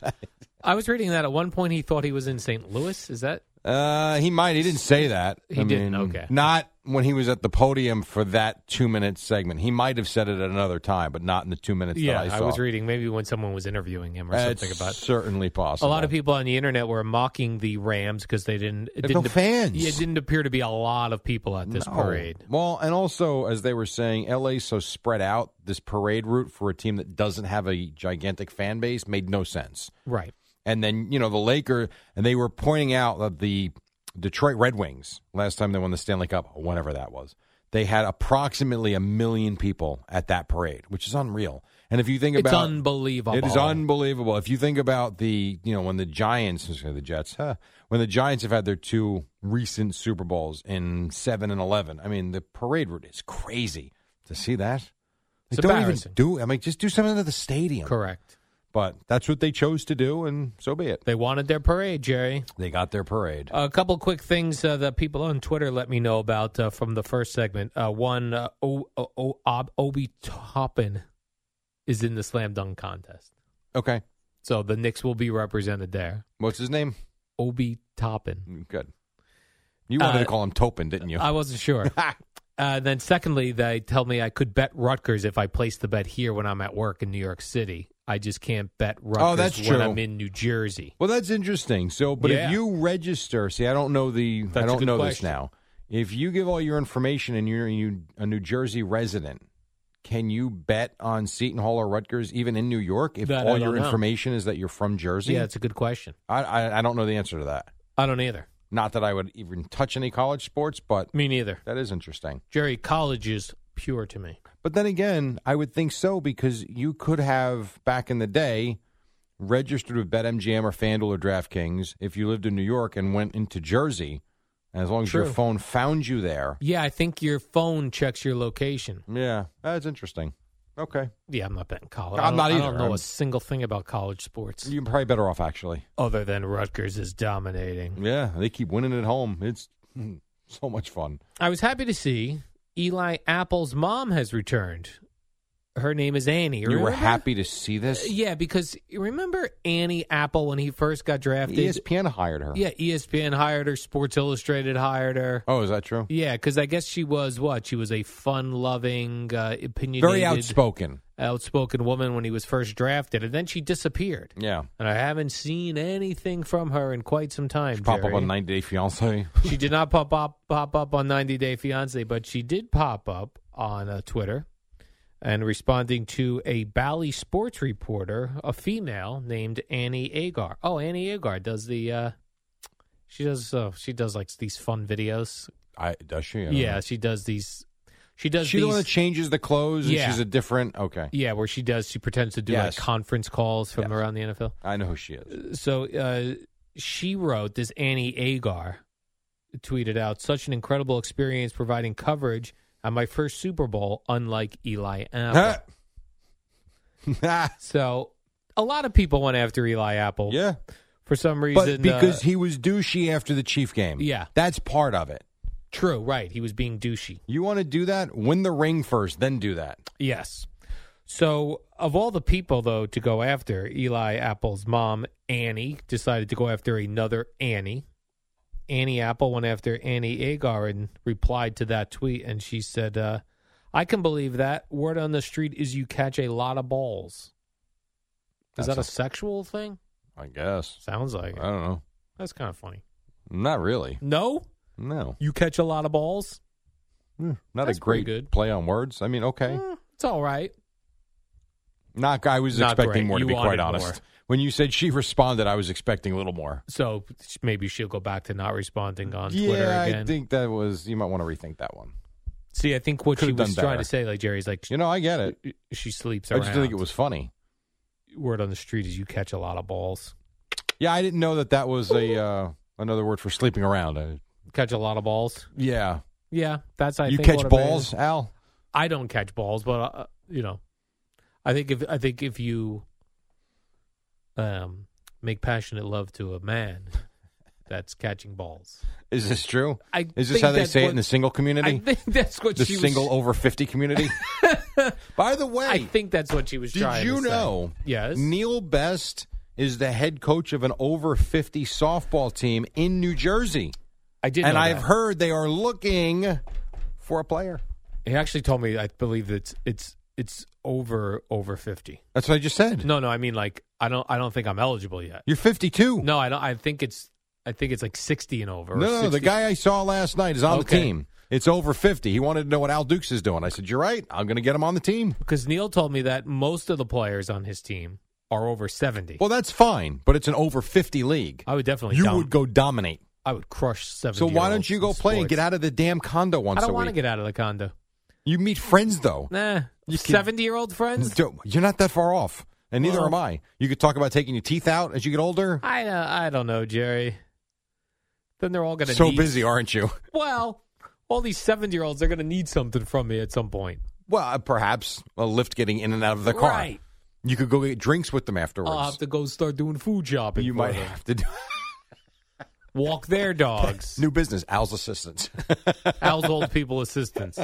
I was reading that at one point. He thought he was in St. Louis. Is that Uh, he might. He didn't say that. He didn't, okay. Not when he was at the podium for that two minute segment. He might have said it at another time, but not in the two minutes yeah? that I I, saw. was reading maybe when someone was interviewing him or It's something about. certainly A possible. lot of people on the internet were mocking the Rams because they didn't. It There's didn't no fans. Yeah, it didn't appear to be a lot of people at this No. parade. Well, and also as they were saying, LA's so spread out. This parade route for a team that doesn't have a gigantic fan base made no sense. Right. And then you know the Laker, and they were pointing out that the Detroit Red Wings last time they won the Stanley Cup, whenever that was, they had approximately a million people at that parade, which is unreal. And if you think It's about unbelievable. it is unbelievable. If you think about the, you know, when the Giants, I was gonna say the Jets, huh, when the Giants have had their two recent Super Bowls in 7 and 11, I mean, the parade route is crazy to see that. They It's don't even embarrassing. do I mean, just do something to the stadium. Correct. But that's what they chose to do, and so be it. Uh, They wanted their parade, Jerry. They got their parade. A couple quick things uh, that people on Twitter let me know about uh, from the first segment. Uh, one, uh, o- O- O- Ob- Obi Toppin is in the slam dunk contest, Okay. so the Knicks will be represented there. What's his name? Obi Toppin. Good. You wanted Uh, to call him Topin, didn't you? I wasn't sure. Uh, then secondly, they tell me I could bet Rutgers if I place the bet here when I'm at work in New York City. I just can't bet Rutgers Oh, that's when true. I'm in New Jersey. Well, that's interesting. So, but Yeah. if you register, see, I don't know the, That's I a don't good know this question. now. If you give all your information and you're you, a New Jersey resident, can you bet on Seton Hall or Rutgers even in New York if That I all don't your know. information is that you're from Jersey? Yeah, it's a good question. I, I I don't know the answer to that. I don't either. Not that I would even touch any college sports, but Me neither. that is interesting. Jerry, college is pure to me. But then again, I would think so because you could have back in the day registered with BetMGM or FanDuel or DraftKings if you lived in New York and went into Jersey, and as long as your True. phone found you there. Yeah, I think your phone checks your location. Yeah, that's interesting. Okay, Yeah, I'm not betting college. I'm I don't- not I either. don't know I'm- a single thing about college sports you're probably better off actually. other than Rutgers is dominating. Yeah, they keep winning at home. It's so much fun. I was happy to see Eli Apple's mom has returned. Her name is Annie. You were remember? happy to see this. Uh, Yeah, because you remember Annie Apple when he first got drafted? ESPN hired her. Yeah, E ESPN hired her, Sports Illustrated hired her. Oh, is that true? Yeah, because I guess she was what? She was a fun loving, uh, opinionated, Very outspoken. outspoken woman when he was first drafted, and then she disappeared. Yeah. And I haven't seen anything from her in quite some time. Pop up Jerry. on 90 Day Fiance. she did not pop up pop up on 90 Day Fiance, but she did pop up on uh, Twitter and responding to a Bally sports reporter, a female named Annie Agar. Oh, Annie Agar does the uh, she does uh, she does like these fun videos. I, does she? I Yeah, don't know. she does these. She does She the one these- that changes the clothes and Yeah. she's a different. Okay. yeah, where she does she pretends to do Yes. like conference calls from Yes. around the NFL. I know who she is. so uh, she wrote this annie agar tweeted out such an incredible experience providing coverage on my first super bowl unlike eli apple so a lot of people went after eli apple yeah. for some reason But because uh, he was douchey after the Chief game. Yeah. That's part of it. true right he was being douchey You want to do that? Win the ring first, then do that. yes so of all the people though to go after eli apple's mom annie decided to go after another annie Annie Apple went after Annie Agar and replied to that tweet, and she said, uh, "I can believe that. Word on the street is you catch a lot of balls. Is That's that a a- sexual thing? I guess. Sounds I like don't it. know. That's kind of funny. Not really. No, No. you catch a lot of balls. Not That's a great pretty good. play on words. I mean, okay. Mm, it's all right. Not. I was Not expecting great. more, You to be quite wanted honest. more. When you said she responded, I was expecting a little more. So maybe she'll go back to not responding on yeah, Twitter again. I think that was. You might want to rethink that one. See, I think what she Could've done was trying better. to say, like Jerry's, like You know, I get it. she sleeps I around. just didn't think it was funny. word on the street is you catch a lot of balls. Yeah, I didn't know that that was a uh, another word for sleeping around. I, Catch a lot of balls. yeah, Yeah, that's I. you think what catch it is. balls, Al. I don't catch balls, but uh, you know, I think if I think if you um, make passionate love to a man, that's catching balls. Is this true? I Is this think how they that's say it what- in the single I community? think that's what The she single was. over fifty community. By the way, I think that's what she was did trying. you to say. know? Yes. Neil Best is the head coach of an over fifty softball team in New Jersey, I did, and know I've that. heard they are looking for a player. He actually told me. I believe it's it's it's over over fifty. That's what I just said. No, no, I mean like I don't I don't think I'm eligible yet. You're fifty-two. No, I don't. I think it's I think it's like sixty and over. or No, no, the 60 guy I saw last night is on Okay. the team. It's over 50. He wanted to know what Al Dukes is doing. I said, You're right. I'm going to get him on the team. because Neil told me that most of the players on his team are over seventy. Well, that's fine, but it's an over 50 league. I would definitely. you dom- would go dominate. I would crush seventy. So why don't you go play and get out of the damn condo once I don't a want week? to get out of the condo. you meet friends, though. Nah, You can- seventy-year-old friends. Don't- You're not that far off, and neither Well- am I. You could talk about taking your teeth out as you get older. I uh, I don't know, Jerry. Then they're all going to So need, busy, aren't you? Well, all these seventy-year-olds are going to need something from me at some point. Well, uh, perhaps a lift getting in and out of the car. Right. You could go get drinks with them afterwards. I'll have to go start doing food shopping. you for might them. have to do walk their dogs. new business, Al's assistant. Al's old people assistance.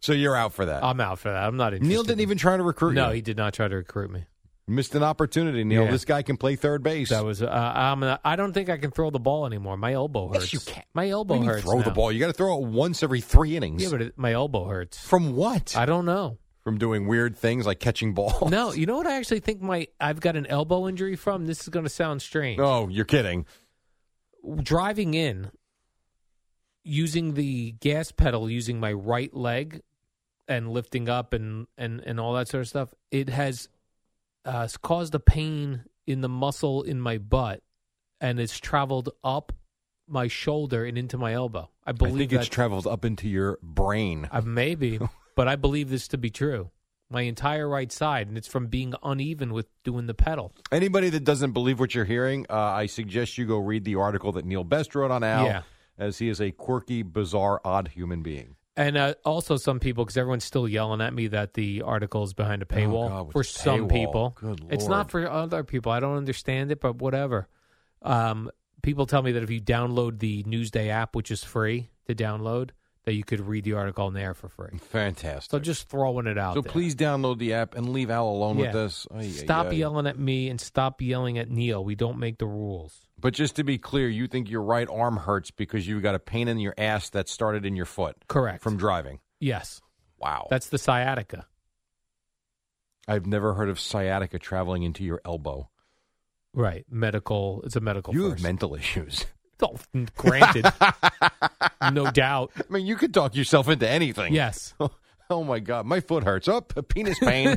So you're out for that. Oh, I'm out for that. I'm not interested. Neil didn't even try to recruit No, you. he did not try to recruit me. Missed an opportunity, Neil. Yeah. This guy can play third base. That was. Uh, I'm. Not, I don't think I can throw the ball anymore. My elbow Yes, hurts. you can. My elbow What do you mean hurts. Throw the now. ball. You got to throw it once every three innings. Yeah, but it, my elbow hurts. From what? I don't know. From doing weird things like catching balls. No, you know what? I actually think my I've got an elbow injury from. This is going to sound strange. No, you're kidding. Driving in, using the gas pedal, using my right leg, and lifting up and and and all that sort of stuff. It has uh, it's caused a pain in the muscle in my butt, and it's traveled up my shoulder and into my elbow. I believe I think that it's traveled up into your brain. Uh, maybe, but I believe this to be true. My entire right side, and it's from being uneven with doing the pedal. Anybody that doesn't believe what you're hearing, uh, I suggest you go read the article that Neil Best wrote on Al, Yeah. as he is a quirky, bizarre, odd human being. And uh, also, some people, because everyone's still yelling at me that the article is behind a Oh, paywall God, with for the some paywall. people. Good It's Lord. not for other people. I don't understand it, but whatever. Um, people tell me that if you download the Newsday app, which is free to download, that you could read the article on there for free. Fantastic. So just throwing it out. So there. please download the app and leave Al alone with this. Ay, stop ay, ay. yelling at me and stop yelling at Neil. We don't make the rules. But just to be clear, you think your right arm hurts because you got a pain in your ass that started in your foot. Correct. From driving. Yes, Wow. that's the sciatica. I've never heard of sciatica traveling into your elbow. Right, medical. It's a medical. you have first. mental issues. Oh, granted, no doubt. I mean, you could talk yourself into anything. Yes, Oh my God, my foot hurts. Up, a penis pain.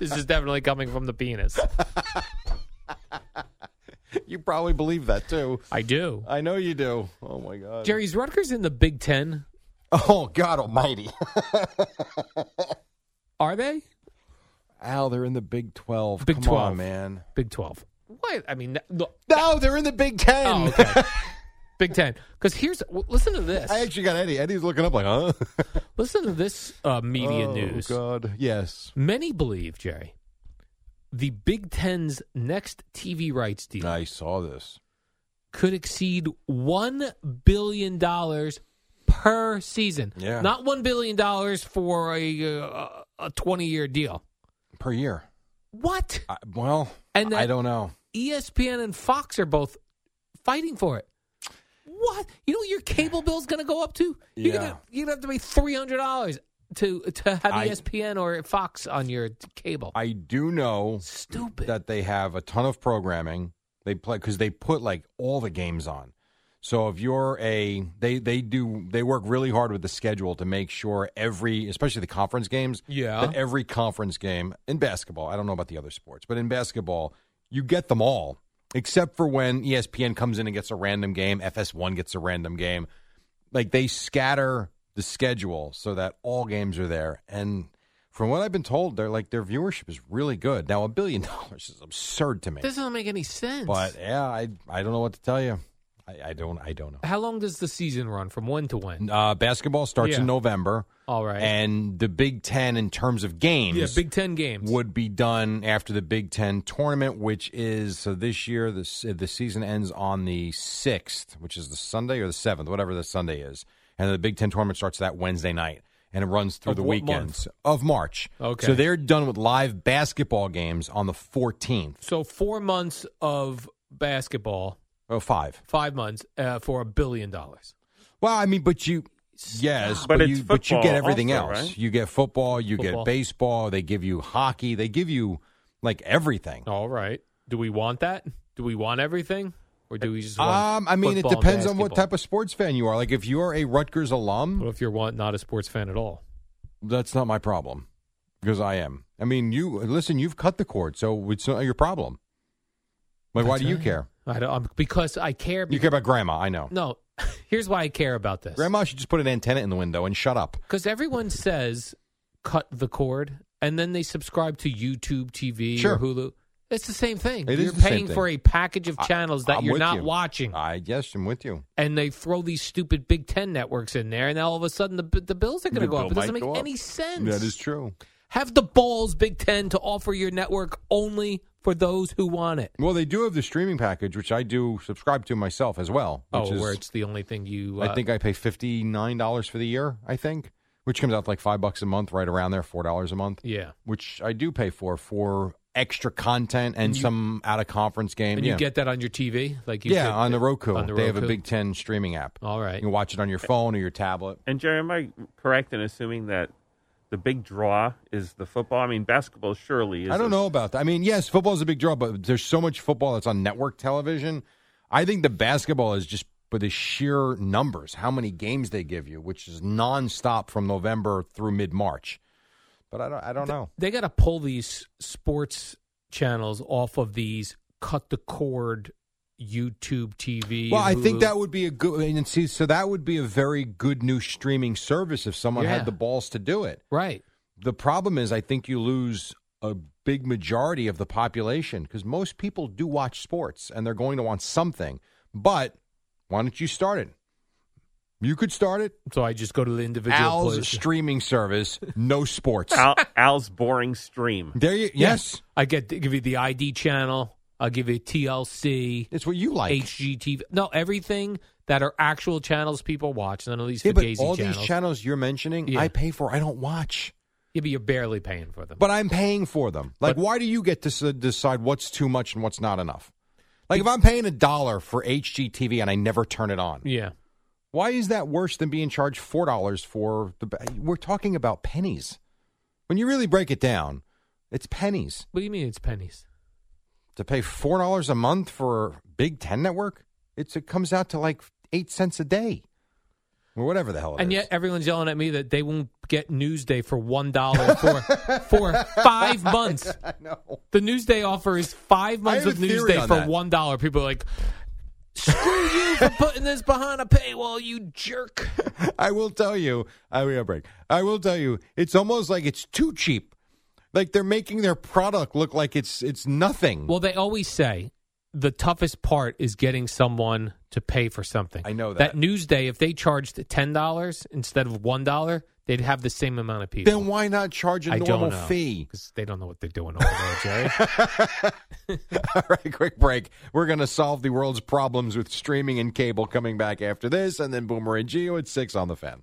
this is definitely coming from the penis. you probably believe that too. I do. I know you do. Oh my God, Jerry's Rutgers in the Big Ten. Oh God Almighty. Are they Al, they're in the Big Twelve. Big Come Twelve, on, man. Big Twelve. What I mean, that- look. No, they're in the Big Ten. Oh, okay. Big Ten. Because here's w- listen to this. I actually got Eddie. Eddie's looking up like, huh? Listen to this uh, media oh, news. God, yes. Many believe Jerry, the Big Ten's next TV rights deal I saw this. could exceed one billion dollars per season. Yeah. Not one billion dollars for a uh, a twenty year deal. per year. What? I, well, And I that- don't know. E ESPN and Fox are both fighting for it. What? You know what your cable bill's going to go up to? You're Yeah. gonna you're going to have to pay three hundred dollars to to have E I- ESPN or Fox on your t- cable. I do know Stupid. that they have a ton of programming. They play because they put like all the games on. So if you're a they they do they work really hard with the schedule to make sure every especially the conference games Yeah. that every conference game in basketball I don't know about the other sports but in basketball you get them all except for when E ESPN comes in and gets a random game FS1 gets a random game like they scatter the schedule so that all games are there and from what I've been told they're like their viewership is really good now a billion dollars is absurd to me this doesn't make any sense. but yeah I I don't know what to tell you I, I don't I don't know. how long does the season run from when to when? Uh, basketball starts Yeah. in November, All right. and the Big Ten in terms of games yeah, Big Ten games. would be done after the Big Ten tournament, which is so this year the s- the season ends on the sixth, which is the Sunday or the seventh, whatever the Sunday is, and the Big Ten tournament starts that Wednesday night. And it runs through Of the what month? weekends of March. Okay. So they're done with live basketball games on the 14th. So four months of basketball, Oh, five. five months uh, for a billion dollars. Well, I mean, but you, yes, But but, it's you, but you football get everything also, else. right? You get football, you Football. get baseball. They give you hockey. They give you like everything. All right. Do we want that? Do we want everything, or do we just? Want Um, I mean, it football and depends on what basketball? type of sports fan you are. Like, if you are a Rutgers alum, Well, if you're one, not a sports fan at all, that's not my problem because I am. I mean, you listen. You've cut the cord, so it's not your problem. Like, why That's do you right. care? I don't I'm, because I care. You Because, care about grandma. I know. no, here's why I care about this. Grandma should just put an antenna in the window and shut up. Because everyone says cut the cord, and then they subscribe to YouTube TV Sure. or Hulu. It's the same thing. It is you're the same paying thing. for a package of I- channels that I'm you're with not you. watching, I yes, I'm with you. and they throw these stupid Big Ten networks in there, and all of a sudden the the bills are going The to go up. bill It doesn't might make go up. any sense. That is true. Have the balls, Big Ten, to offer your network only for those who want it. Well, they do have the streaming package, which I do subscribe to myself as well. Which Oh, is, where it's the only thing you. Uh, I think I pay fifty nine dollars for the year. I think, which comes out to like five bucks a month, right around there, four dollars a month, Yeah. which I do pay for for extra content and You- some out of conference game. And yeah. you get that on your TV, like you yeah, could- on the Roku. on the they have a Roku? Big Ten streaming app. All right. You can watch it on your phone or your tablet. And Jerry, am I correct in assuming that the big draw is the football? I mean, basketball surely is. I don't a- know about that. I mean, yes, football is a big draw, but there's so much football that's on network television. I think the basketball is just by the sheer numbers, how many games they give you, which is nonstop from November through mid March. But I don't, I don't know. They got to pull these sports channels off of these cut the cord YouTube TV. Well, I think Hulu. that would be a good. And see, so that would be a very good new streaming service if someone Yeah. had the balls to do it. Right. The problem is, I think you lose a big majority of the population because most people do watch sports and they're going to want something. But why don't you start it? You could start it. So I just go to the individual Al's place. streaming service, no sports. Al, Al's boring stream. There you yes. I get to give you the ID channel. I'll give you TLC. It's what you like. HGTV. No, everything that are actual channels people watch. None of these Yeah, but Fugazi all channels. these channels you're mentioning, Yeah. I pay for. I don't watch. yeah, but you're barely paying for them. But I'm paying for them. Like, But- why do you get to s- decide what's too much and what's not enough? Like, if I'm paying a dollar for HGTV and I never turn it on, yeah. why is that worse than being charged four dollars for the? ba- We're talking about pennies. When you really break it down, it's pennies What do you mean it's pennies? to pay four dollars a month for Big Ten Network. It's it comes out to like eight cents a day, or whatever the hell. it is. And yet everyone's yelling at me that they won't get Newsday for one dollar for for five months. I know. The Newsday offer is five I have months of a theory Newsday on for that. one dollar. People are like, "Screw you for putting this behind a paywall, you jerk!" I will tell you. I we got a break. I will tell you. It's almost like it's too cheap. Like they're making their product look like it's it's nothing. Well, they always say the toughest part is getting someone to pay for something. I know that. That Newsday, if they charged ten dollars instead of one dollar, they'd have the same amount of people. then why not charge a I normal don't know, fee? 'cause they don't know what they're doing over there, Jerry. All right, quick break. We're going to solve the world's problems with streaming and cable coming back after this, and then Boomer and Geo at six on the fan.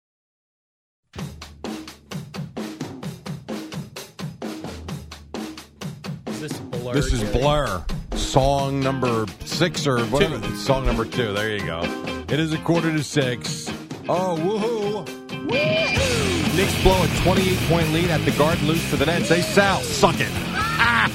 Is this blur? This is Jerry? Blur, song number six or whatever. Song number two. There you go. It is a quarter to six. Oh, woohoo! Woohoo! Knicks blow a 28 point lead at the guard loose for the Nets. They Sal, suck it. Ah!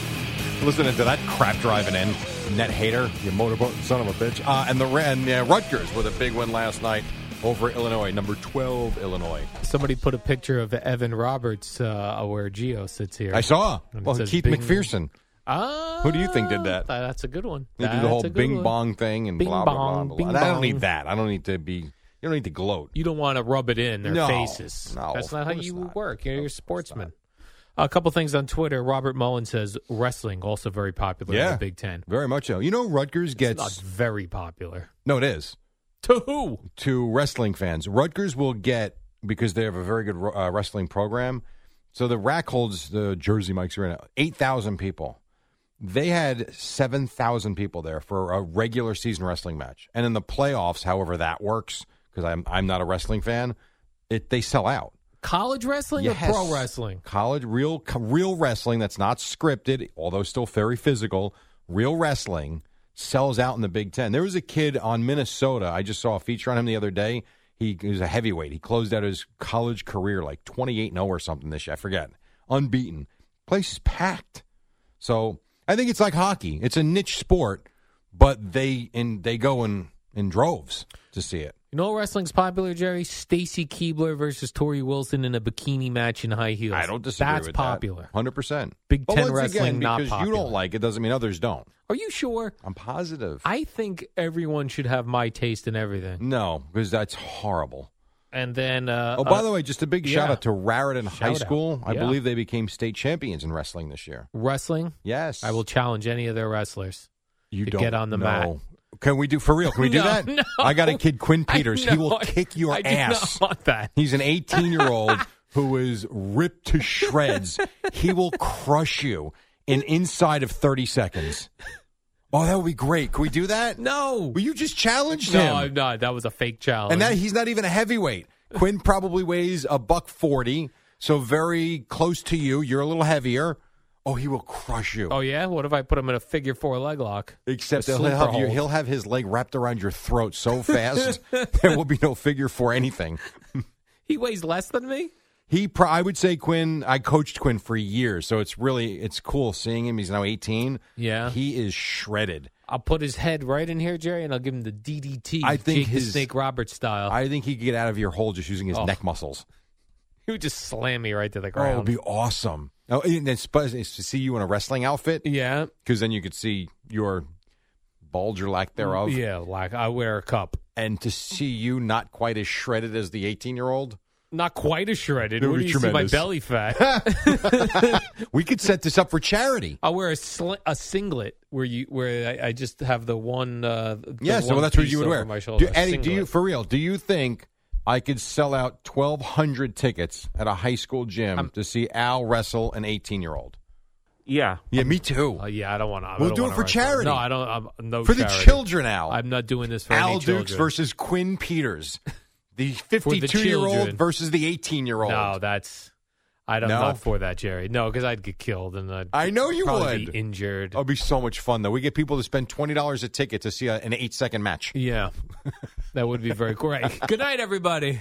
Listening to that crap driving in. Net hater, you motorboat son of a bitch. Uh, and the and, uh, Rutgers with a big win last night over Illinois, number 12 Illinois. Somebody put a picture of Evan Roberts uh, where Geo sits here. I saw. And it Well, says Keith Bing- McPherson. Ah, Who do you think did that? That's a good one. They do That's the whole a good bing one. bong thing and Bing blah, blah, blah, bong, blah, bing blah. I don't bong. need that. I don't need to be. You don't need to gloat. You don't want to rub it in their No, faces. no, that's of not how course you not. work. You're, you're a sportsman. A couple things on Twitter. Robert Mullen says wrestling also very popular in Yeah. the Big Ten. Very much so. You know, Rutgers It's not gets very popular. no. It is To who? to wrestling fans. Rutgers will get because they have a very good uh, wrestling program. So the rack holds the Jersey Mike's Arena eight thousand people. They had seven thousand people there for a regular season wrestling match, and in the playoffs, however that works, because I'm I'm not a wrestling fan, it they sell out. College wrestling Yes. or pro wrestling? college real co- real wrestling that's not scripted although still very physical real wrestling sells out in the big ten there was a kid on minnesota i just saw a feature on him the other day he, he was a heavyweight he closed out his college career like 28-0 or something this year i forget unbeaten place is packed so i think it's like hockey it's a niche sport but they and they go in in droves to see it You know what wrestling's popular, Jerry? Stacy Keebler versus Tori Wilson in a bikini match in high heels. i don't disagree That's with popular. that 100% Big But Ten once wrestling again, not because you popular. don't like it doesn't mean others don't Are you sure? I'm positive. I think everyone should have my taste in everything. no, because that's horrible. And then, uh, oh, by uh, the way, just a big yeah. shout out to Raritan High Shout out. School. I Yeah. believe they became state champions in wrestling this year. wrestling. Yes, I will challenge any of their wrestlers You to don't get on the know. mat. Can we do for real? Can we do No, that? no. I got a kid, Quinn I Peters. He will know. kick your I do not ass. want that. He's an 18 year old who is ripped to shreds. he will crush you in inside of 30 seconds. Oh, that would be great. Can we do that? No. Well, you just challenged No, him. I'm not. That was a fake challenge. and that he's not even a heavyweight. Quinn probably weighs a buck 40, so very close to you. You're a little heavier. Oh, he will crush you. oh yeah, what if I put him in a figure four leg lock? Except A he'll have, sleeper you, hold. he'll have his leg wrapped around your throat so fast there will be no figure for anything. He weighs less than me. He, pro- I would say, Quinn. I coached Quinn for years, so it's really it's cool seeing him. He's now eighteen. Yeah. he is shredded. I'll put his head right in here, Jerry, and I'll give him the DDT. I think Jake the his- Snake Roberts style. I think he could get out of your hole just using his Oh. neck muscles. he would just slam me right to the Oh, it ground. would be awesome. Oh, and then sp- is to see you in a wrestling outfit, yeah, because then you could see your bulge or lack thereof, yeah. Like I wear a cup. and to see you not quite as shredded as the eighteen-year-old. Not quite as shredded. It would Where do be you see my tremendous. belly fat? We could set this up for charity. I wear a, sli- a singlet where you where I, I just have the one. Uh, the Yes, one well, that's what piece you would over wear. My Do- shoulder. a Eddie, do you singlet. for real? Do you think I could sell out twelve hundred tickets at a high school gym to see Al wrestle an eighteen-year-old? Yeah. Yeah, me too. Uh, yeah, I don't want to. We'll do it for charity. No, I don't. I'm, no, for the charity. children, Al. I'm not doing this for Al any Dukes children. versus Quinn Peters, the the fifty-two-year-old children. versus the eighteen-year-old. No, that's. I don't. No? Not for that, Jerry. No, because I'd get killed and I'd I know you probably would. Oh. be injured. It'll be so much fun though. We get people to spend twenty dollars a ticket to see a, an eight-second match. Yeah, that would be very great. Good night, everybody.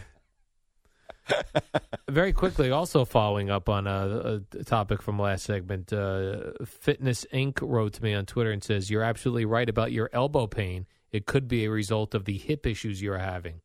very quickly, also following up on a, a topic from last segment, uh, Fitness Inc. wrote to me on Twitter and says, You're absolutely right about your elbow pain. It could be a result of the hip issues you're having.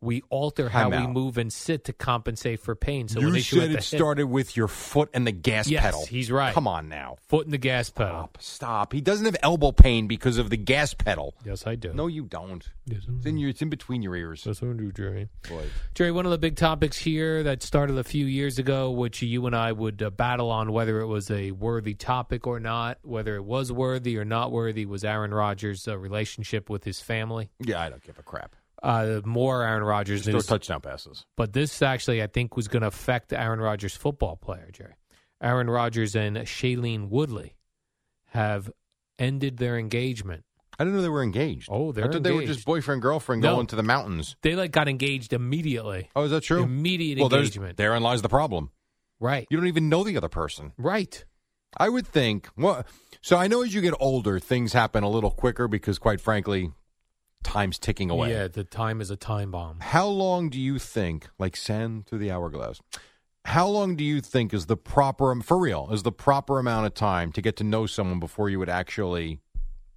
We alter how I'm we out. move and sit to compensate for pain. So an you issue said at the it hip- started with your foot and the gas Yes, pedal. he's right. Come on now. foot in the gas pedal. Stop, stop. He doesn't have elbow pain because of the gas pedal. Yes, I do. No, you don't. Yes, I It's in your. It's in between your ears. Yes, I do, Jerry. Boy. Jerry, one of the big topics here that started a few years ago, which you and I would uh, battle on whether it was a worthy topic or not, whether it was worthy or not worthy, was Aaron Rodgers' uh, relationship with his family. Yeah, I don't give a crap. Uh, more Aaron Rodgers Just throw news, touchdown passes. but this actually, I think, was going to affect Aaron Rodgers' football player, Jerry. Aaron Rodgers and Shailene Woodley have ended their engagement. I didn't know they were engaged. Oh, they're I thought they were engaged. just boyfriend girlfriend No. going to the mountains. They like got engaged immediately, Oh, is that true? Immediate well, there's- engagement. Therein lies the problem. right? You don't even know the other person. Right. I would think. Well, so I know as you get older, things happen a little quicker because, quite frankly, time's ticking away. Yeah, the time is a time bomb. How long do you think, like sand through the hourglass? How long do you think is the proper um, for real is the proper amount of time to get to know someone before you would actually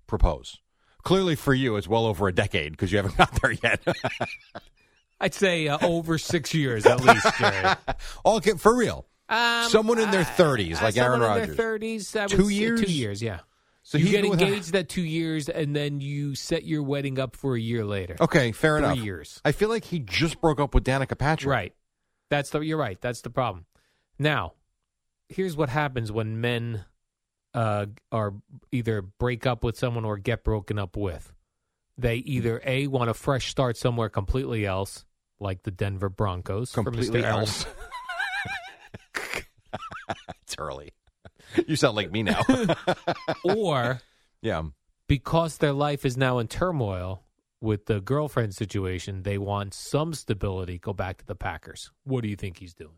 propose? Clearly, for you, it's well over a decade because you haven't got there yet. I'd say uh, over six years at least. Jerry. okay, for real. Um, Someone in their uh, 30s, like someone Aaron in their Rodgers. 30s, I would Two say years? Two years, yeah. So you even get with a- engaged that two years, and then you set your wedding up for a year later. okay, fair Three enough. years. I feel like he just broke up with Danica Patrick. Right. That's the you're right. That's the problem. Now, here's what happens when men uh, are either break up with someone or get broken up with. They either a want a fresh start somewhere completely else, like the Denver Broncos, for Mr. Completely Aaron else. it's early. You sound like me now. or yeah. because their life is now in turmoil with the girlfriend situation, they want some stability. Go back to the Packers. What do you think he's doing?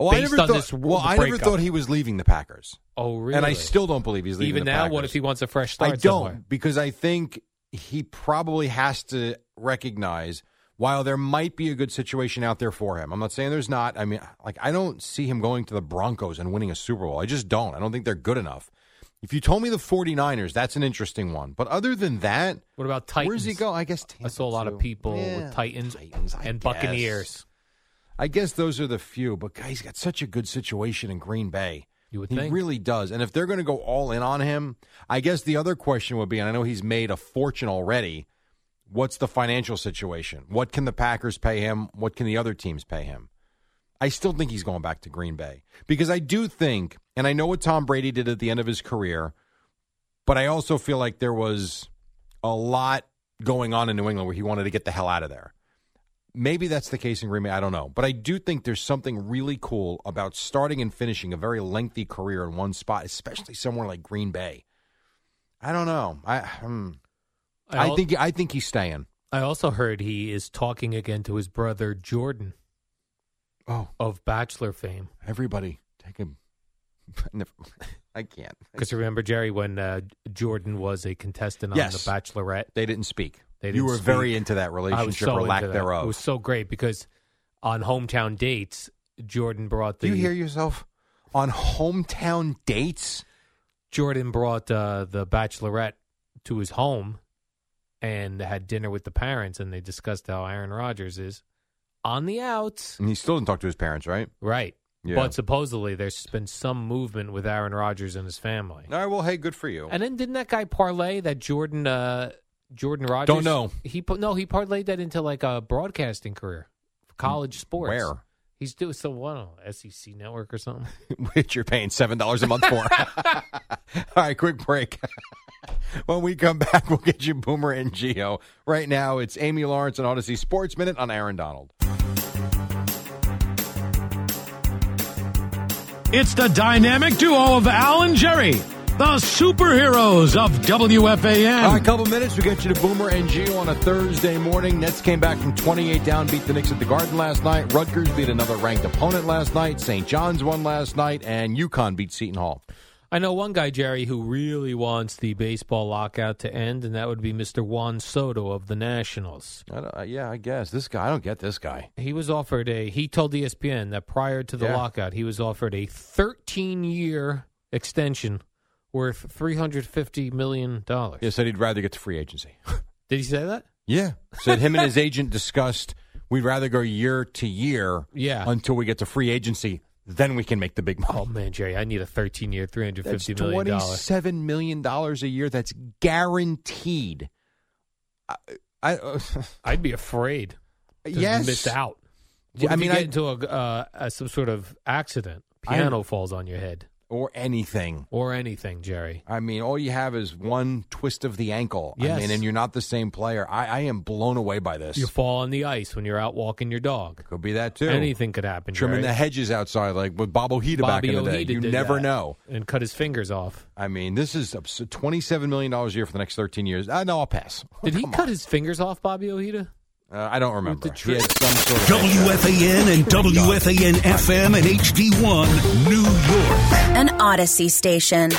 Oh, I Based never on thought. this w- well, I never breakup. thought he was leaving the Packers, Oh, really? and I still don't believe he's leaving. even the now. Packers. What if he wants a fresh start? I don't somewhere? because I think he probably has to recognize while there might be a good situation out there for him. I'm not saying there's not. I mean, like I don't see him going to the Broncos and winning a Super Bowl. I just don't. I don't think they're good enough. If you told me the 49ers, that's an interesting one. But other than that, What about Titans? where's he go? I guess I saw a Tampa, lot of too. people Yeah, with Titans, I and guess. Buccaneers. I guess those are the few, but guy, he's got such a good situation in Green Bay. You would He think. really does. And if they're going to go all in on him, I guess the other question would be, and I know he's made a fortune already, What's the financial situation? What can the Packers pay him? What can the other teams pay him? I still think he's going back to Green Bay because I do think, and I know what Tom Brady did at the end of his career, but I also feel like there was a lot going on in New England where he wanted to get the hell out of there. Maybe that's the case in Green Bay. I don't know. But I do think there's something really cool about starting and finishing a very lengthy career in one spot, especially somewhere like Green Bay. I don't know. I hmm. I I, al- think I think he's staying. I also heard he is talking again to his brother Jordan. Oh. Of Bachelor fame. Everybody take him. I never- I can't. Because remember, Jerry, when uh, Jordan was a contestant on Yes. The Bachelorette, they didn't speak. They You didn't were speak. very into that I was relationship so or lack into that. thereof. It was so great because on hometown dates, Jordan brought the. Do you hear yourself? On hometown dates, Jordan brought uh, the Bachelorette to his home and had dinner with the parents, and they discussed how Aaron Rodgers is on the outs. And he still didn't talk to his parents, right? Right. Yeah. But supposedly there's been some movement with Aaron Rodgers and his family. All right, well, hey, good for you. And then didn't that guy parlay that Jordan uh Jordan Rodgers? Don't know. He put no, he parlayed that into like a broadcasting career, for college sports. Where? He's doing so what on SEC network or something. Which you're paying $7 a month for. All right, quick break. when we come back, we'll get you Boomer and Geo. Right now, it's Amy Lawrence and Odyssey Sports Minute on Aaron Donald. It's the dynamic duo of Al and Jerry, the superheroes of WFAN. All right, couple minutes. We get you to Boomer and Geo on a Thursday morning. Nets came back from 28 down, beat the Knicks at the Garden last night. Rutgers beat another ranked opponent last night. St. John's won last night, and UConn beat Seton Hall. I know one guy, Jerry, who really wants the baseball lockout to end, and that would be Mr. Juan Soto of the Nationals. I don't- uh, yeah, I guess this guy. I don't get this guy. He was offered a. He told E ESPN that prior to the Yeah. lockout, he was offered a 13-year extension worth 350 million dollars. Yeah, said he'd rather get to free agency. Did he say that? Yeah, said him and his agent discussed we'd rather go year to year. Yeah. until we get to free agency, then we can make the big Oh money. man, Jerry, I need a 13-year, 350 That's million dollars. twenty-seven million dollars a year. That's guaranteed. I, I uh, I'd be afraid to Yes. miss out. Yeah, What I if mean, you I- get into a, uh, a some sort of accident, I- piano falls on your head or anything. or anything, Jerry. I mean, all you have is one twist of the ankle. I Yes. mean, and you're not the same player. I, I am blown away by this. You fall on the ice when you're out walking your dog. Could be that too. Anything could happen. Trimming Jerry. the hedges outside, like with Bob Ojeda Bobby back in the day. Ojeda you did never that know. and cut his fingers off. I mean, this is abs- $27 million a year for the next 13 years. I know I'll pass. Did he Oh, Come cut his fingers off, Bobby Ojeda? on. Uh, I don't remember. the He had some sort of WFAN and WFAN FM and HD1 New York. An Odyssey station.